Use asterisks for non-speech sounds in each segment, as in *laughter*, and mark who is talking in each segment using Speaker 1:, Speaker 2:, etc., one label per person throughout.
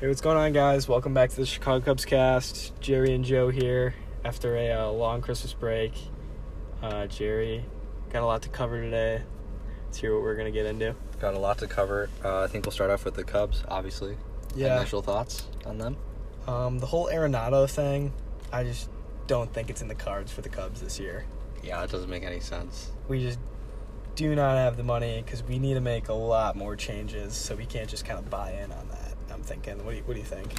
Speaker 1: Hey, what's going on, guys? Welcome back to the Chicago Cubs cast. Jerry and Joe here after a uh, long Christmas break. Uh, Jerry, got a lot to cover today. Let's hear what we're going to get into.
Speaker 2: Got a lot to cover. Uh, I think we'll start off with the Cubs, obviously. Initial thoughts on them.
Speaker 1: Um, the whole Arenado thing, I just don't think it's in the cards for the Cubs this year.
Speaker 2: Yeah, that doesn't make any sense.
Speaker 1: We just do not have the money because we need to make a lot more changes, so we can't just kind of buy in on that. I'm thinking, what do you, what do you think?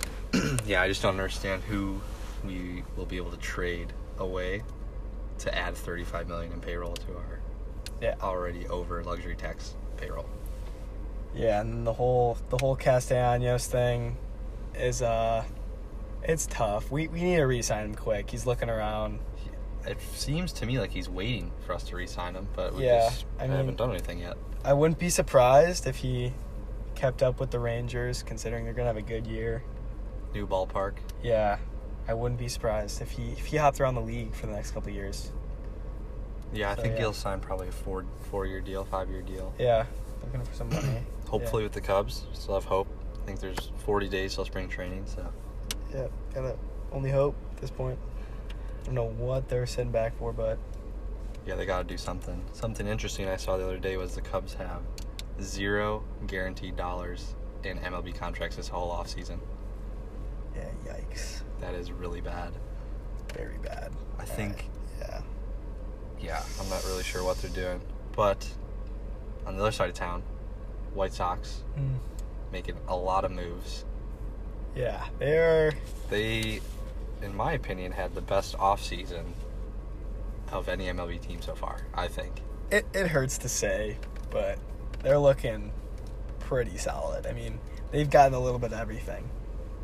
Speaker 2: *clears throat* yeah, I just don't understand who we will be able to trade away to add 35 million in payroll to our
Speaker 1: Yeah.
Speaker 2: already over luxury tax payroll.
Speaker 1: Yeah, and the whole the whole Castellanos thing is uh it's tough. We we need to re-sign him quick. He's looking around.
Speaker 2: It seems to me like he's waiting for us to re-sign him, but we
Speaker 1: Yeah,
Speaker 2: just
Speaker 1: I mean-
Speaker 2: haven't done anything yet.
Speaker 1: I wouldn't be surprised if he kept up with the Rangers considering they're going to have a good year.
Speaker 2: New ballpark.
Speaker 1: Yeah. I wouldn't be surprised if he if he hopped around the league for the next couple of years.
Speaker 2: Yeah, I
Speaker 1: So,
Speaker 2: think
Speaker 1: yeah.
Speaker 2: he'll sign probably a four four year deal, five year deal.
Speaker 1: Yeah, looking for some money.
Speaker 2: Hopefully with the Cubs, still have hope. I think there's 40 days till spring training, so
Speaker 1: *clears throat* Yeah, got to only hope at this point. I don't know what they're sitting back for, but
Speaker 2: yeah, they got to do something. Something interesting I saw the other day was the Cubs have zero guaranteed dollars in MLB contracts this whole offseason.
Speaker 1: yeah, yikes.
Speaker 2: That is really bad.
Speaker 1: Very bad.
Speaker 2: I think,
Speaker 1: Yeah.
Speaker 2: yeah, Uh, I'm not really sure what they're doing. But on the other side of town, White Sox
Speaker 1: Mm.
Speaker 2: making a lot of moves.
Speaker 1: Yeah, they are.
Speaker 2: They, in my opinion, had the best offseason of any MLB team so far, I think.
Speaker 1: It, it hurts to say, but they're looking pretty solid. I mean, they've gotten a little bit of everything.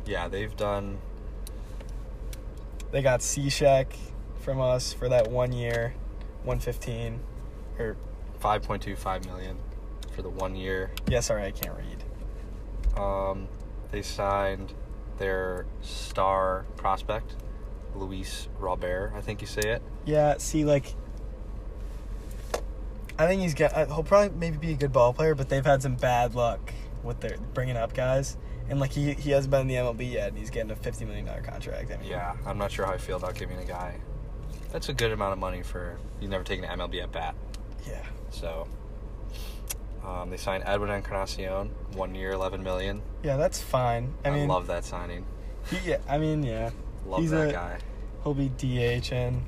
Speaker 2: Yeah, they've done
Speaker 1: They got C Shack from us for that one year, 115. Or,
Speaker 2: 5.25 million for the one year
Speaker 1: yeah, sorry, I can't read.
Speaker 2: Um, they signed their star prospect, Luis Robert, I think you say it.
Speaker 1: Yeah, see, like, I think he's got, uh, he'll probably maybe be a good ball player, but they've had some bad luck with their bringing up guys. And, like, he, he hasn't been in the MLB yet, and he's getting a $50 million contract. I mean,
Speaker 2: Yeah, I'm not sure how I feel about giving a guy. That's a good amount of money for he's never taken an MLB at bat.
Speaker 1: Yeah.
Speaker 2: So um, they signed Edwin Encarnacion, one year, 11 million.
Speaker 1: Yeah, that's fine. I
Speaker 2: I,
Speaker 1: mean,
Speaker 2: love that signing.
Speaker 1: he, yeah, I mean, yeah.
Speaker 2: Love
Speaker 1: he's
Speaker 2: that
Speaker 1: a-
Speaker 2: guy.
Speaker 1: He'll be DHing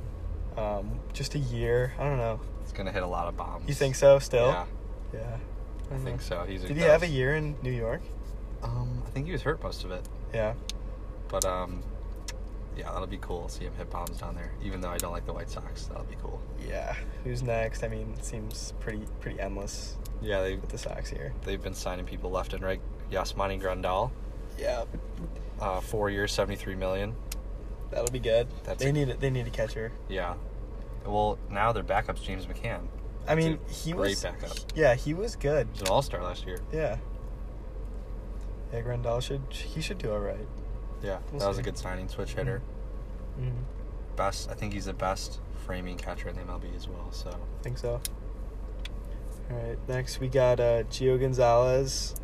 Speaker 1: um, just a year. I don't know.
Speaker 2: He's gonna hit a lot of bombs.
Speaker 1: You think so still?
Speaker 2: Yeah,
Speaker 1: Yeah.
Speaker 2: I
Speaker 1: don't know.
Speaker 2: think so. He's.
Speaker 1: Did he have a
Speaker 2: does.
Speaker 1: year in New York?
Speaker 2: Um, I think he was hurt most of it.
Speaker 1: Yeah.
Speaker 2: But um, yeah, that'll be cool. See him hit bombs down there. Even though I don't like the White Sox, that'll be cool.
Speaker 1: Yeah. Who's next? I mean, it seems pretty pretty endless
Speaker 2: Yeah, they
Speaker 1: with the Sox here.
Speaker 2: they've been signing people left and right. Yasmani Grandal,
Speaker 1: Yeah.
Speaker 2: uh, four years, seventy three million.
Speaker 1: That'll be good.
Speaker 2: That's-
Speaker 1: they need it. They need a catcher.
Speaker 2: Yeah. Well, now their backup's James McCann.
Speaker 1: I mean,
Speaker 2: That's a
Speaker 1: he
Speaker 2: great
Speaker 1: was
Speaker 2: backup.
Speaker 1: Yeah, he was good.
Speaker 2: He's an All Star last year.
Speaker 1: Yeah. Yeah, Grandal should he should do all right.
Speaker 2: Yeah,
Speaker 1: We'll
Speaker 2: that was
Speaker 1: see.
Speaker 2: a good signing. Switch hitter.
Speaker 1: Mm-hmm.
Speaker 2: Best. I think he's the best framing catcher in the MLB as well. So
Speaker 1: think so. All right, next we got uh, Gio Gonzalez,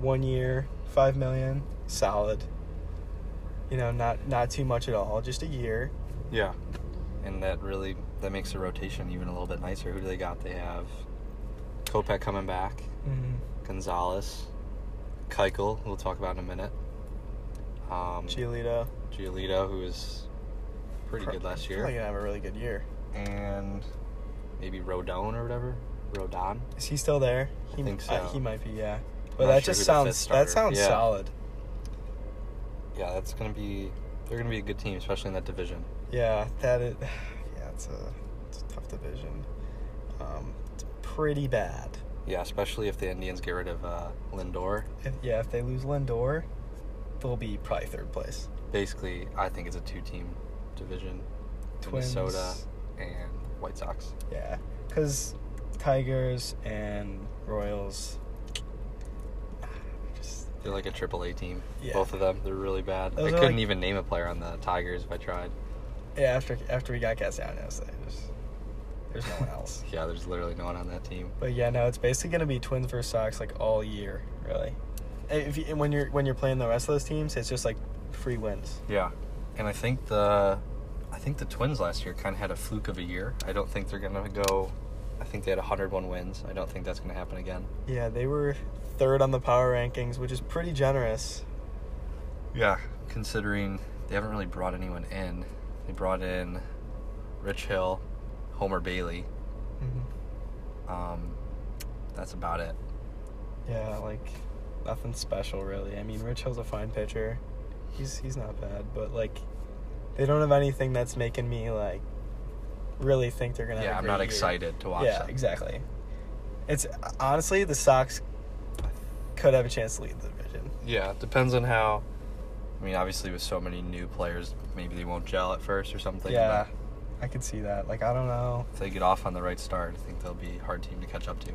Speaker 1: one year, five million, solid. You know, not not too much at all, just a year.
Speaker 2: yeah, and that really that makes the rotation even a little bit nicer. Who do they got? They have Kopech coming back.
Speaker 1: Mm-hmm.
Speaker 2: Gonzalez, Keuchel, we'll talk about in a minute. Um,
Speaker 1: Giolito,
Speaker 2: Giolito, who was pretty
Speaker 1: Pro-
Speaker 2: good last
Speaker 1: probably
Speaker 2: year,
Speaker 1: gonna have a really good year.
Speaker 2: and maybe Rodon or whatever. Rodon.
Speaker 1: Is he still there? He,
Speaker 2: I think
Speaker 1: uh,
Speaker 2: so.
Speaker 1: he might be, yeah.
Speaker 2: not
Speaker 1: But that
Speaker 2: sure
Speaker 1: just
Speaker 2: who the
Speaker 1: sounds
Speaker 2: fifth
Speaker 1: that
Speaker 2: starter-
Speaker 1: sounds
Speaker 2: yeah.
Speaker 1: solid.
Speaker 2: Yeah, that's gonna be. They're gonna be a good team, especially in that division.
Speaker 1: Yeah, that is. *sighs* Yeah, it's a, it's a tough division. Um, it's pretty bad.
Speaker 2: Yeah, especially if the Indians get rid of uh, Lindor.
Speaker 1: If, yeah, if they lose Lindor, they'll be probably third place.
Speaker 2: Basically, I think it's a two-team division:
Speaker 1: Twins.
Speaker 2: Minnesota and White Sox.
Speaker 1: Yeah, because Tigers and Royals. *sighs* Just
Speaker 2: They're like a Triple A team.
Speaker 1: Yeah.
Speaker 2: Both of them. They're really bad.
Speaker 1: Those
Speaker 2: I
Speaker 1: are
Speaker 2: couldn't
Speaker 1: like-
Speaker 2: even name a player on the Tigers if I tried.
Speaker 1: yeah, after after we got Castellanos, they just there's no one
Speaker 2: *laughs*
Speaker 1: else.
Speaker 2: Yeah, there's literally no one on that team.
Speaker 1: But yeah, no, it's basically gonna be Twins versus Sox like all year, really. if you, when you're when you're playing the rest of those teams, it's just like free wins.
Speaker 2: Yeah, and I think the I think the Twins last year kind of had a fluke of a year. I don't think they're gonna go. I think they had 101 wins. I don't think that's gonna happen again.
Speaker 1: Yeah, they were third on the power rankings, which is pretty generous.
Speaker 2: Yeah, considering they haven't really brought anyone in. They brought in Rich Hill, Homer Bailey. Mm-hmm. Um, that's about it.
Speaker 1: Yeah, like nothing special really. I mean, Rich Hill's a fine pitcher. He's he's not bad, but like they don't have anything that's making me like really think they're gonna. have
Speaker 2: yeah,
Speaker 1: a
Speaker 2: I'm
Speaker 1: great
Speaker 2: not
Speaker 1: year.
Speaker 2: excited to watch.
Speaker 1: Yeah,
Speaker 2: them.
Speaker 1: exactly. It's honestly the Sox could have a chance to lead the division.
Speaker 2: Yeah, it depends on how. I mean, obviously, with so many new players, maybe they won't gel at first or something.
Speaker 1: yeah,
Speaker 2: But
Speaker 1: I could see that. Like I don't know.
Speaker 2: if they get off on the right start, I think they'll be a hard team to catch up to.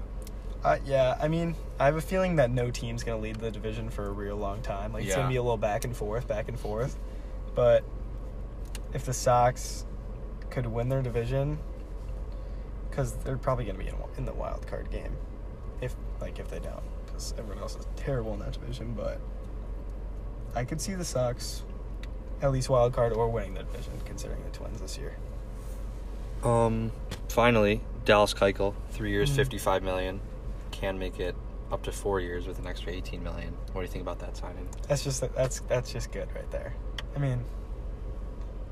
Speaker 1: Uh, yeah, I mean, I have a feeling that no team's gonna lead the division for a real long time. Like it's
Speaker 2: Yeah.
Speaker 1: gonna be a little back and forth, back and forth. But if the Sox could win their division, because they're probably gonna be in, in the wild card game, if like if they don't, because everyone else is terrible in that division. But I could see the Sox at least wild card or winning the division, considering the Twins this year.
Speaker 2: Um, finally, Dallas Keuchel, three years,
Speaker 1: Mm.
Speaker 2: 55 million, can make it up to four years with an extra 18 million. What do you think about that signing?
Speaker 1: That's just that's that's just good right there. I mean,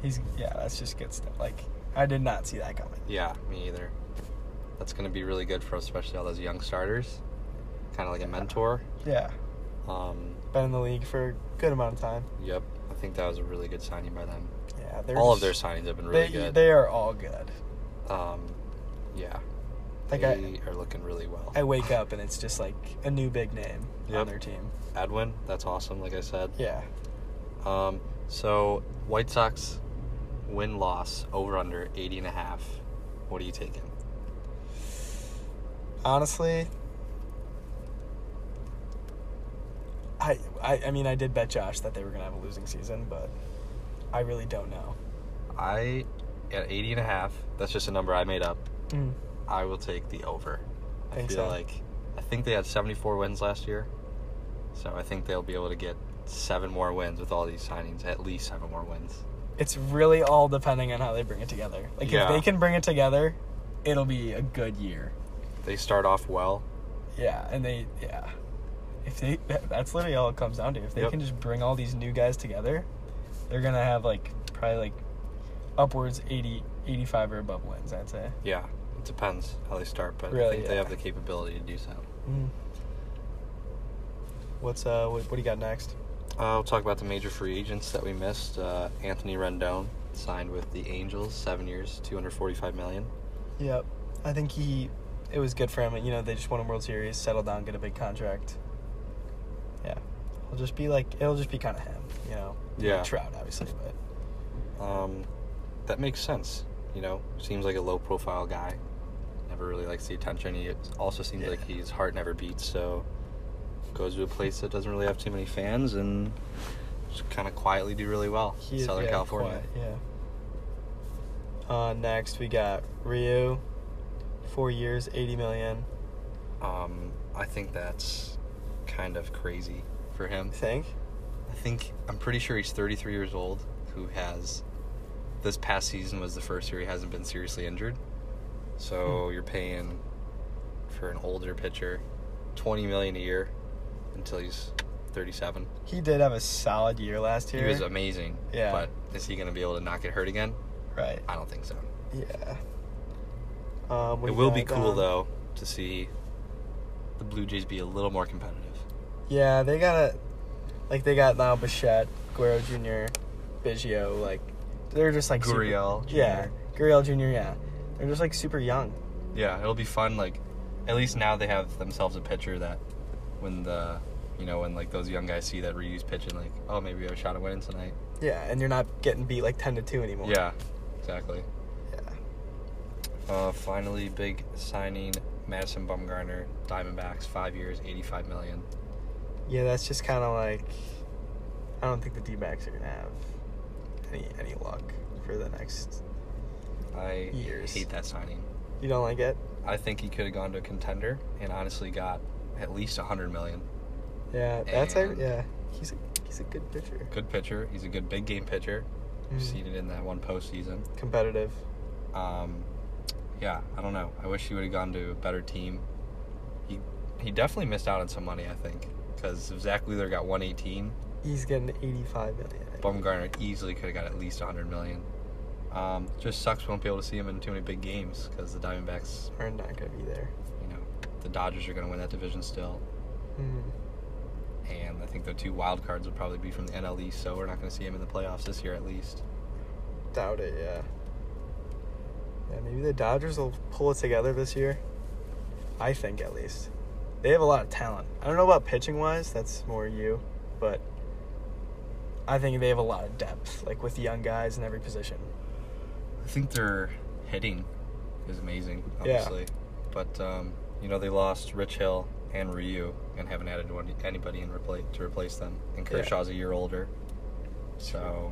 Speaker 1: he's yeah, that's just good stuff. Like I did not see that coming.
Speaker 2: Yeah, me either. That's going to be really good for us, especially all those young starters. Kind of like a mentor.
Speaker 1: Yeah,
Speaker 2: Um,
Speaker 1: been in the league for a good amount of time.
Speaker 2: yep, I think that was a really good signing by them.
Speaker 1: Yeah, they're
Speaker 2: all of their
Speaker 1: just-
Speaker 2: signings have been really
Speaker 1: they,
Speaker 2: good.
Speaker 1: They are all good.
Speaker 2: um, yeah,
Speaker 1: Like
Speaker 2: they are looking really well.
Speaker 1: I, I wake up and it's just like a new big name on
Speaker 2: Yep.
Speaker 1: their team.
Speaker 2: Edwin, that's awesome. Like I said.
Speaker 1: Yeah,
Speaker 2: Um, so White Sox win loss over under 80 and a half. What are you taking?
Speaker 1: honestly. I, I, I mean I did bet Josh that they were gonna have a losing season, but I really don't know.
Speaker 2: I at 80 and a half. That's just a number I made up. I will take the over. I
Speaker 1: Mm. Think
Speaker 2: feel
Speaker 1: so?
Speaker 2: like I think they had 74 wins last year. So I think they'll be able to get seven more wins with all these signings, at least seven more wins.
Speaker 1: it's really all depending on how they bring it together. Like
Speaker 2: Yeah.
Speaker 1: if they can bring it together, it'll be a good year.
Speaker 2: They start off well.
Speaker 1: Yeah, and they yeah. If they that- that's literally all it comes down to. If they
Speaker 2: Yep.
Speaker 1: can just bring all these new guys together, they're going to have like probably like upwards 80 85 or above wins, I'd say.
Speaker 2: Yeah, it depends how they start, but I
Speaker 1: Really,
Speaker 2: think they
Speaker 1: yeah.
Speaker 2: have the capability to do so.
Speaker 1: What's uh what, what do you got next?
Speaker 2: Uh, we'll talk about the major free agents that we missed. Uh, Anthony Rendon signed with the Angels, seven years, two hundred forty-five million.
Speaker 1: Yep. I think he it was good for him. You know, they just won a World Series, settle down, get a big contract. Yeah. It'll just be like it'll just be kind of him, you know.
Speaker 2: Yeah.
Speaker 1: Trout obviously, but
Speaker 2: Um, that makes sense. You know, seems like a low-profile guy. Never really likes the attention. He also seems
Speaker 1: Yeah.
Speaker 2: like his heart never beats. So goes to a place that doesn't really have too many fans and just kind of quietly do really well.
Speaker 1: He is-
Speaker 2: Southern
Speaker 1: yeah,
Speaker 2: California.
Speaker 1: quiet, yeah. Uh, next we got Ryu, four years, eighty million.
Speaker 2: Um, I think that's kind of crazy for him.
Speaker 1: You think?
Speaker 2: I think I'm pretty sure he's 33 years old. Who has this past season was the first year he hasn't been seriously injured. So
Speaker 1: Hmm.
Speaker 2: you're paying for an older pitcher 20 million a year until he's 37.
Speaker 1: He did have a solid year last year.
Speaker 2: He was amazing.
Speaker 1: Yeah.
Speaker 2: But is he going to be able to not get hurt again?
Speaker 1: right.
Speaker 2: I don't think so.
Speaker 1: Yeah. Um, what
Speaker 2: it
Speaker 1: do you
Speaker 2: will be
Speaker 1: got,
Speaker 2: cool
Speaker 1: um,
Speaker 2: though to see the Blue Jays be a little more competitive.
Speaker 1: Yeah, they gotta like they got now Bichette, Guerrero Jr., Biggio. Like they're just like super-
Speaker 2: Gurriel Jr..
Speaker 1: Yeah, Gurriel Jr. Yeah, they're just like super young.
Speaker 2: Yeah, it'll be fun. Like, at least now they have themselves a pitcher that when the, you know, when like those young guys see that Ryu's pitching, like, oh, maybe we have a shot at winning tonight.
Speaker 1: Yeah, and you're not getting beat like ten to two anymore.
Speaker 2: Yeah, exactly.
Speaker 1: Yeah.
Speaker 2: Uh, finally, big signing Madison Bumgarner, Diamondbacks, five years, 85 million.
Speaker 1: Yeah, that's just kind of like I don't think the D backs are gonna have any any luck for the next.
Speaker 2: I
Speaker 1: Years.
Speaker 2: hate that signing.
Speaker 1: You don't like it?
Speaker 2: I think he could have gone to a contender and honestly got at least 100 million.
Speaker 1: Yeah, that's a,
Speaker 2: And-
Speaker 1: yeah. He's a he's a good pitcher.
Speaker 2: Good pitcher. He's a good big game pitcher.
Speaker 1: Mhm.
Speaker 2: We've seen it in that one postseason.
Speaker 1: Competitive.
Speaker 2: Um, yeah, I don't know. I wish he would have gone to a better team. He he definitely missed out on some money, I think, because if Zach Wheeler got 118,
Speaker 1: He's getting 85 million.
Speaker 2: Bumgarner easily could have got at least 100 million. Um, just sucks we won't be able to see him in too many big games because the Diamondbacks,
Speaker 1: Are not gonna be there.
Speaker 2: you know, the Dodgers are going to win that division still,
Speaker 1: Mhm.
Speaker 2: and I think the two wild cards will probably be from the NL East, so we're not going to see him in the playoffs this year at least.
Speaker 1: Doubt it. Yeah. Yeah, maybe the Dodgers will pull it together this year. I think at least. They have a lot of talent. I don't know about pitching wise. That's more you, but I think they have a lot of depth, like with young guys in every position.
Speaker 2: I think their hitting is amazing, obviously. But um, you know, they lost Rich Hill and Ryu and haven't added one, anybody in repla to replace them. And
Speaker 1: Yeah.
Speaker 2: Kershaw's a year older. So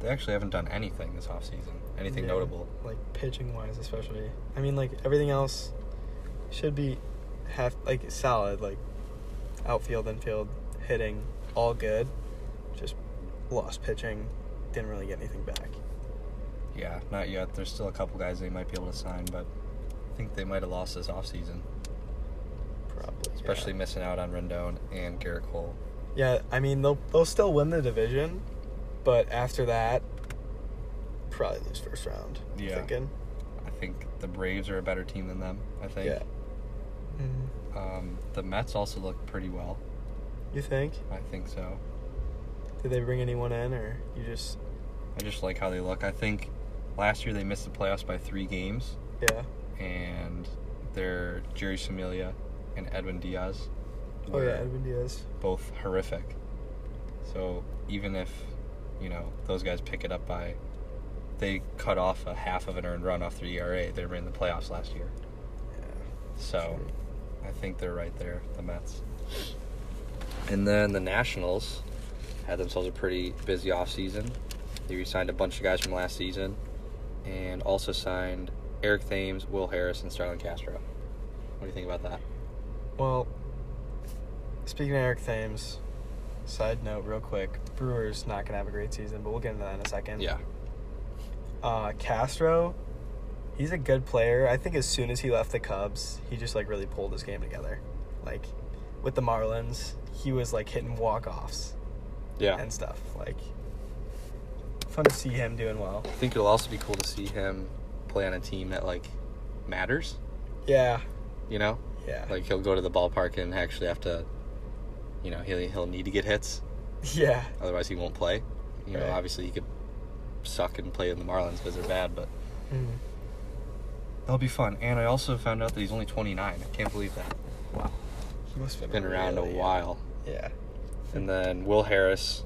Speaker 2: they actually haven't done anything this offseason. Anything
Speaker 1: Yeah,
Speaker 2: notable.
Speaker 1: like pitching wise, especially. I mean, like everything else should be half like solid, like outfield, infield, hitting, all good. Just lost pitching, didn't really get anything back.
Speaker 2: Yeah, not yet. There's still a couple guys they might be able to sign, but I think they might have lost this offseason.
Speaker 1: Probably,
Speaker 2: Especially
Speaker 1: yeah.
Speaker 2: missing out on Rendon and Garrett Cole.
Speaker 1: Yeah, I mean they'll they'll still win the division, but after that, probably lose first round. I'm
Speaker 2: Yeah.
Speaker 1: thinking.
Speaker 2: I think the Braves are a better team than them, I think.
Speaker 1: Yeah. Mhm.
Speaker 2: Um, the Mets also look pretty well.
Speaker 1: You think?
Speaker 2: I think so.
Speaker 1: Did they bring anyone in, or you just
Speaker 2: I just like how they look. I think last year they missed the playoffs by three games,
Speaker 1: yeah?
Speaker 2: and they're Jerry Samilia and Edwin Diaz.
Speaker 1: Oh
Speaker 2: were
Speaker 1: yeah, Edwin Diaz.
Speaker 2: Both horrific. So even if, you know, those guys pick it up by, they cut off a half of an earned run off their ERA. They were in the playoffs last year. So
Speaker 1: True.
Speaker 2: I think they're right there, the Mets. And then the Nationals had themselves a pretty busy offseason. They re signed a bunch of guys from last season and also signed Eric Thames, Will Harris, and Starlin Castro. What do you think about that?
Speaker 1: Well, speaking of Eric Thames, side note, real quick, Brewers not gonna have a great season, but we'll get into that in a second.
Speaker 2: Yeah.
Speaker 1: Uh, Castro, he's a good player. I think as soon as he left the Cubs, he just like really pulled his game together. Like with the Marlins, he was like hitting walk offs
Speaker 2: Yeah.
Speaker 1: and stuff. Like fun to see him doing well.
Speaker 2: I think it'll also be cool to see him play on a team that, like, matters,
Speaker 1: Yeah,
Speaker 2: you know?
Speaker 1: yeah,
Speaker 2: Like, he'll go to the ballpark and actually have to, you know, he'll, he'll need to get hits.
Speaker 1: *laughs* yeah,
Speaker 2: otherwise he won't play. You know,
Speaker 1: Right.
Speaker 2: obviously he could suck and play in the Marlins because they're bad, but
Speaker 1: Mm.
Speaker 2: that'll be fun. And I also found out that he's only 29. I can't believe that.
Speaker 1: Wow, he must have
Speaker 2: Been around a
Speaker 1: really- uh,
Speaker 2: while.
Speaker 1: Yeah,
Speaker 2: And then Will Harris,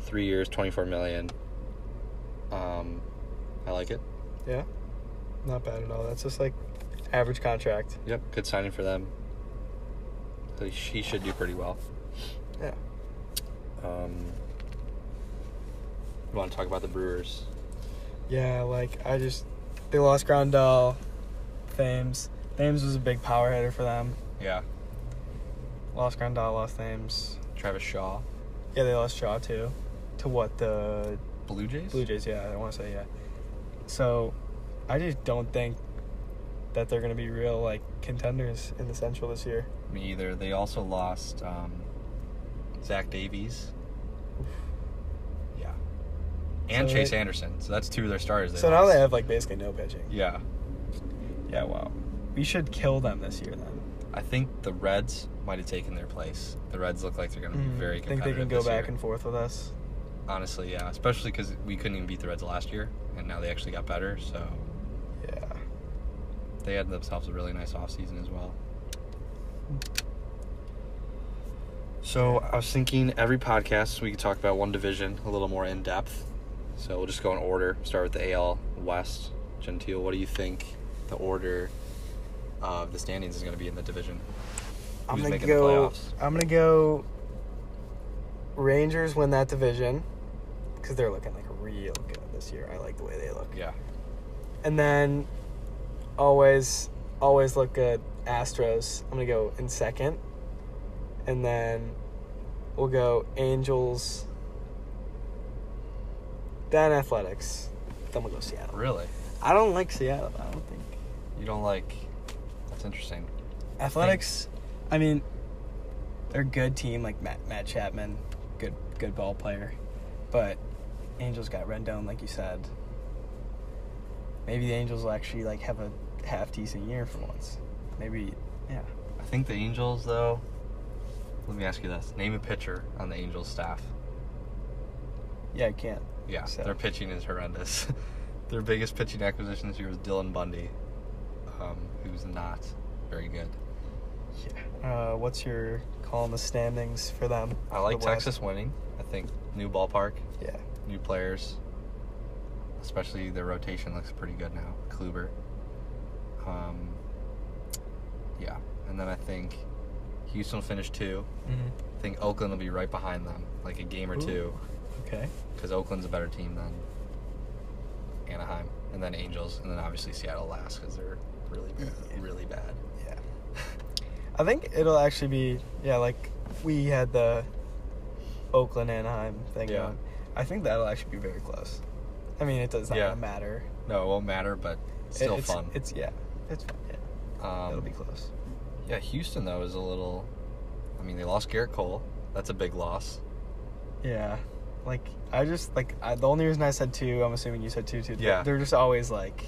Speaker 2: three years, 24 million. Um, I like it.
Speaker 1: yeah, not bad at all. That's just like average contract.
Speaker 2: Yep, good signing for them. He- He should do pretty well.
Speaker 1: Yeah.
Speaker 2: Um, you want to talk about the Brewers?
Speaker 1: Yeah, like I just they lost Grandal, Thames. Thames was a big power hitter for them.
Speaker 2: Yeah,
Speaker 1: Lost Grandal, lost Thames.
Speaker 2: Travis Shaw,
Speaker 1: Yeah, they lost Shaw too. To what the
Speaker 2: Blue Jays.
Speaker 1: Blue Jays? Yeah, I want to say yeah. So, I just don't think that they're gonna be real like contenders in the Central this year.
Speaker 2: Me either. They also lost um, Zach Davies. Yeah. And
Speaker 1: So
Speaker 2: Chase
Speaker 1: they-
Speaker 2: Anderson. So that's two of their starters.
Speaker 1: so now they
Speaker 2: lost.
Speaker 1: have like basically no pitching.
Speaker 2: Yeah.
Speaker 1: Yeah, wow. We should kill them this year then.
Speaker 2: I think the Reds might have taken their place. The Reds look like they're going to be Mm-hmm. very
Speaker 1: Mm, think they
Speaker 2: competitive.
Speaker 1: can go
Speaker 2: this
Speaker 1: back
Speaker 2: year.
Speaker 1: and forth with us.
Speaker 2: Honestly, yeah. Especially because we couldn't even beat the Reds last year, and now they actually got better. So
Speaker 1: Yeah.
Speaker 2: they had themselves a really nice offseason as well. So I was thinking every podcast we could talk about one division a little more in depth. So we'll just go in order. Start with the AL West. Gentile, what do you think the order of the standings is going to be in the division?
Speaker 1: I'm
Speaker 2: Who's
Speaker 1: gonna
Speaker 2: making the
Speaker 1: go.
Speaker 2: playoffs?
Speaker 1: I'm gonna go. Rangers win that division because they're looking like real good this year. I like the way they look.
Speaker 2: Yeah.
Speaker 1: And then, always, always look good. Astros. I'm gonna go in second, and then we'll go Angels, then Athletics, then we'll go Seattle.
Speaker 2: Really?
Speaker 1: I don't like Seattle. I don't think
Speaker 2: You don't like? That's interesting.
Speaker 1: Athletics. I mean, they're a good team. Like Matt, Matt Chapman, good good ball player, but Angels got Rendon, like you said. Maybe the Angels will actually like have a half decent year for once. Maybe, yeah.
Speaker 2: I think the Angels, though. Let me ask you this: Name a pitcher on the Angels staff.
Speaker 1: Yeah, I can't.
Speaker 2: Yeah,
Speaker 1: So-
Speaker 2: their pitching is horrendous. *laughs* their biggest pitching acquisition this year was Dylan Bundy, um, who's not very good.
Speaker 1: Uh, what's your call on the standings for them?
Speaker 2: I like
Speaker 1: The West?
Speaker 2: Texas winning. I think new ballpark,
Speaker 1: Yeah.
Speaker 2: new players, especially their rotation looks pretty good now. Kluber. Um, yeah, and then I think Houston will finish two.
Speaker 1: Mm-hmm.
Speaker 2: I think Oakland will be right behind them, like a game or
Speaker 1: Ooh.
Speaker 2: two,
Speaker 1: Okay.
Speaker 2: because Oakland's a better team than Anaheim, and then Angels, and then obviously Seattle last because they're really, bad,
Speaker 1: Yeah.
Speaker 2: really bad.
Speaker 1: Yeah. I think it'll actually be yeah, like we had the Oakland Anaheim thing
Speaker 2: Yeah.
Speaker 1: going. I think that'll actually be very close. I mean, it does not
Speaker 2: Yeah.
Speaker 1: matter.
Speaker 2: No, it won't matter, but still
Speaker 1: It- it's,
Speaker 2: fun.
Speaker 1: It's yeah, it's fun. Yeah,
Speaker 2: um,
Speaker 1: it'll be close.
Speaker 2: Yeah, Houston though is a little. I mean, they lost Garrett Cole. That's a big loss.
Speaker 1: Yeah, like I just like I, the only reason I said two, I'm assuming you said two too.
Speaker 2: Yeah.
Speaker 1: they're just always like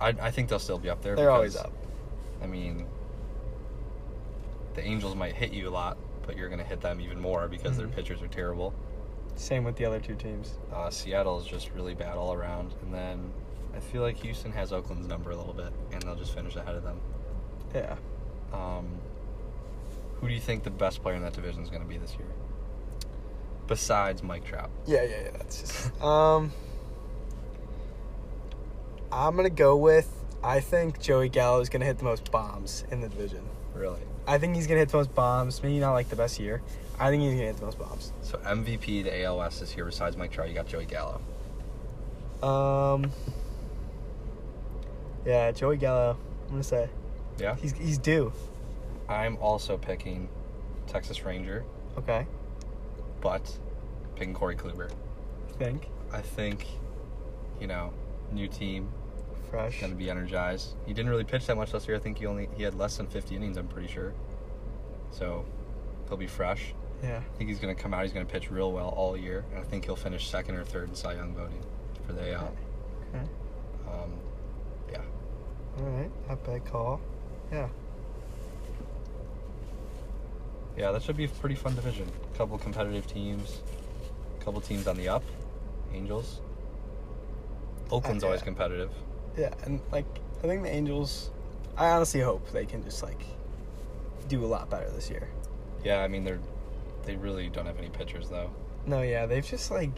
Speaker 2: I, I think they'll still be up there.
Speaker 1: they're always
Speaker 2: because,
Speaker 1: up.
Speaker 2: I mean, the Angels might hit you a lot, but you're going to hit them even more because their
Speaker 1: Mhm.
Speaker 2: pitchers are terrible.
Speaker 1: Same with the other two teams.
Speaker 2: Uh, Seattle is just really bad all around, and then I feel like Houston has Oakland's number a little bit, and they'll just finish ahead of them.
Speaker 1: Yeah,
Speaker 2: Um, who do you think the best player in that division is going to be this year? Besides Mike Trout,
Speaker 1: yeah, yeah, yeah. That's *laughs* just um. I'm gonna go with I think Joey Gallo is gonna hit the most bombs in the division.
Speaker 2: really.
Speaker 1: I think he's gonna hit the most bombs. Maybe not like the best year. I think he's gonna hit the most bombs.
Speaker 2: So MVP to AL West this year, besides Mike Trout, you got Joey Gallo.
Speaker 1: Um. Yeah, Joey Gallo. I'm gonna say
Speaker 2: Yeah.
Speaker 1: he's he's due.
Speaker 2: I'm also picking Texas Ranger,
Speaker 1: Okay,
Speaker 2: but picking Corey Kluber.
Speaker 1: I think
Speaker 2: I think, you know, new team,
Speaker 1: fresh.
Speaker 2: gonna be energized. He didn't really pitch that much last year. I think he only he had less than 50 innings. I'm pretty sure. So he'll be fresh.
Speaker 1: Yeah,
Speaker 2: I think he's gonna come out. He's gonna pitch real well all year, and I think he'll finish second or third in Cy Young voting for the AL.
Speaker 1: Okay.
Speaker 2: Um,
Speaker 1: all right, not bad call.
Speaker 2: yeah, that should be a pretty fun division. couple competitive teams, couple teams on the up. Angels. Oakland's always
Speaker 1: yeah.
Speaker 2: competitive.
Speaker 1: Yeah, and like I think the Angels. I honestly hope they can just like do a lot better this year.
Speaker 2: Yeah, I mean they're they really don't have any pitchers though.
Speaker 1: No, yeah, they've just like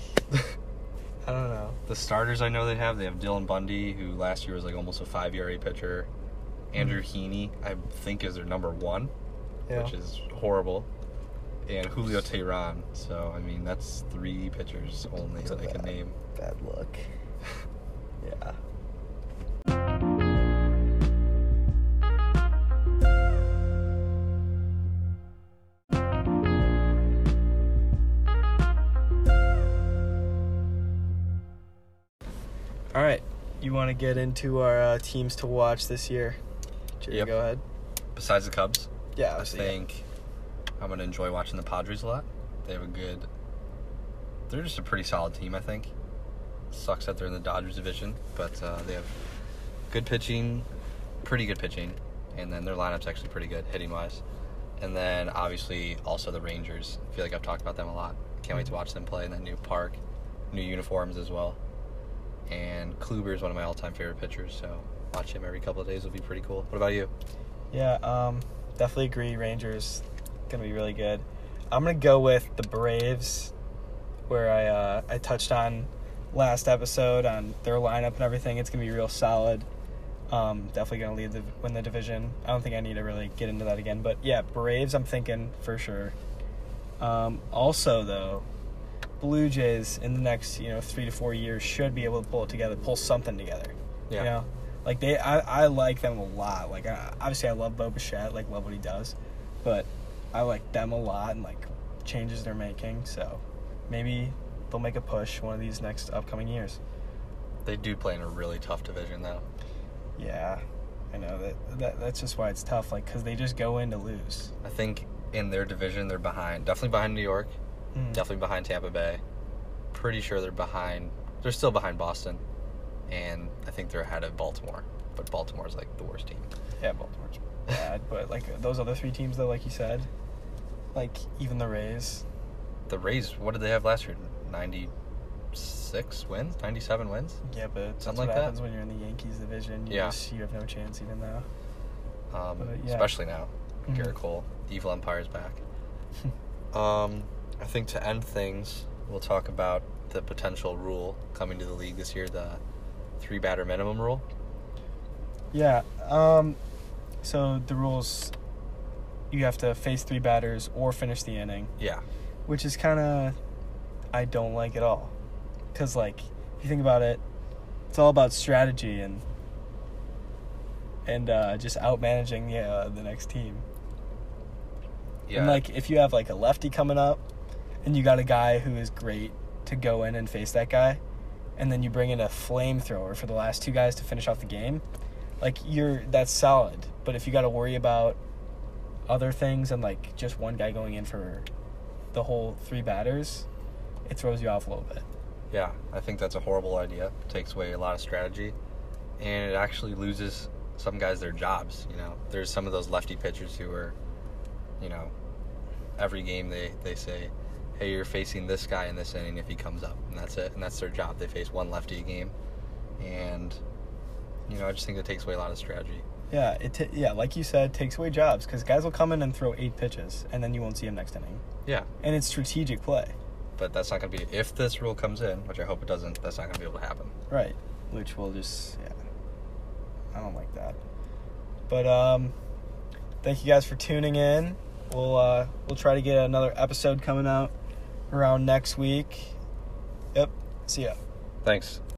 Speaker 1: *laughs* I don't know.
Speaker 2: The starters I know they have, they have Dylan Bundy, who last year was like almost a five ERA pitcher. Andrew Heaney, I think, is their number one,
Speaker 1: Yeah,
Speaker 2: which is horrible. And Julio Tehran. So I mean that's three pitchers only
Speaker 1: It's
Speaker 2: that I can
Speaker 1: bad.
Speaker 2: name.
Speaker 1: bad luck. yeah. All right, you want to get into our uh, teams to watch this year? Jerry,
Speaker 2: Yep.
Speaker 1: go ahead.
Speaker 2: Besides the Cubs,
Speaker 1: Yeah,
Speaker 2: I think I'm gonna enjoy watching the Padres a lot. They have a good they're just a pretty solid team, I think. Sucks that they're in the Dodgers division, but uh, they have good pitching, pretty good pitching, and then their lineup's actually pretty good hitting wise. And then obviously also the Rangers. I feel like I've talked about them a lot. Can't wait to watch them play in that new park, new uniforms as well. And Kluber is one of my all-time favorite pitchers, so watch him every couple of days will be pretty cool. What about you?
Speaker 1: Yeah, um, definitely agree. Rangers gonna be really good. I'm gonna go with the Braves, where I uh, I touched on last episode on their lineup and everything. It's gonna be real solid. Um, definitely gonna lead the win the division. I don't think I need to really get into that again, but yeah, Braves. I'm thinking for sure. Um, also though, Blue Jays in the next you know three to four years should be able to pull it together, pull something together. You know, like they, I, I like them a lot. Like I, obviously, I love Bo Bichette, like love what he does, but I like them a lot and like changes they're making. So maybe they'll make a push one of these next upcoming years.
Speaker 2: They do play in a really tough division, though.
Speaker 1: Yeah, I know that, that that's just why it's tough. Like because they just go in to lose.
Speaker 2: I think in their division, they're behind. Definitely behind New York.
Speaker 1: Hmm.
Speaker 2: Definitely behind Tampa Bay. Pretty sure they're behind. They're still behind Boston, and I think they're ahead of Baltimore. But Baltimore's like the worst team.
Speaker 1: Yeah, Baltimore's bad, but like those other three teams though, like you said, like even the Rays.
Speaker 2: The Rays. What did they have last year? Ninety-six wins. Ninety-seven wins.
Speaker 1: Yeah, but that's
Speaker 2: Something
Speaker 1: what
Speaker 2: like that?
Speaker 1: happens when you're in the Yankees division. You
Speaker 2: Yeah.
Speaker 1: just you have no chance even though.
Speaker 2: Um,
Speaker 1: But, yeah.
Speaker 2: Especially now.
Speaker 1: Mhm.
Speaker 2: Garrett Cole, the evil
Speaker 1: *laughs*
Speaker 2: empire's back. um, I think to end things, we'll talk about the potential rule coming to the league this year, the three batter minimum rule.
Speaker 1: Yeah. Um, so the rules, you have to face three batters or finish the inning,
Speaker 2: Yeah.
Speaker 1: which is kind of I don't like at all, because like if you think about it, it's all about strategy and and uh, just out managing the uh, the next team.
Speaker 2: Yeah.
Speaker 1: And like if you have like a lefty coming up and you got a guy who is great to go in and face that guy and then you bring in a flamethrower for the last two guys to finish off the game, like you're that's solid. But if you got to worry about other things and like just one guy going in for the whole three batters, it throws you off a little bit.
Speaker 2: yeah. I think that's a horrible idea. takes away a lot of strategy. And it actually loses some guys their jobs, you know. There's some of those lefty pitchers who are, you know, every game they, they say, Hey, you're facing this guy in this inning if he comes up and that's it and that's their job. They face one lefty a game. And you know, I just think it takes away a lot of strategy.
Speaker 1: Yeah, it t- yeah, like you said, takes away jobs cuz guys will come in and throw eight pitches and then you won't see him next inning.
Speaker 2: Yeah.
Speaker 1: And it's strategic play.
Speaker 2: But that's not gonna be if this rule comes in, which I hope it doesn't, that's not gonna be able to happen.
Speaker 1: Right. Which will just yeah. I don't like that. But um thank you guys for tuning in. We'll uh we'll try to get another episode coming out around next week. Yep. See ya.
Speaker 2: Thanks.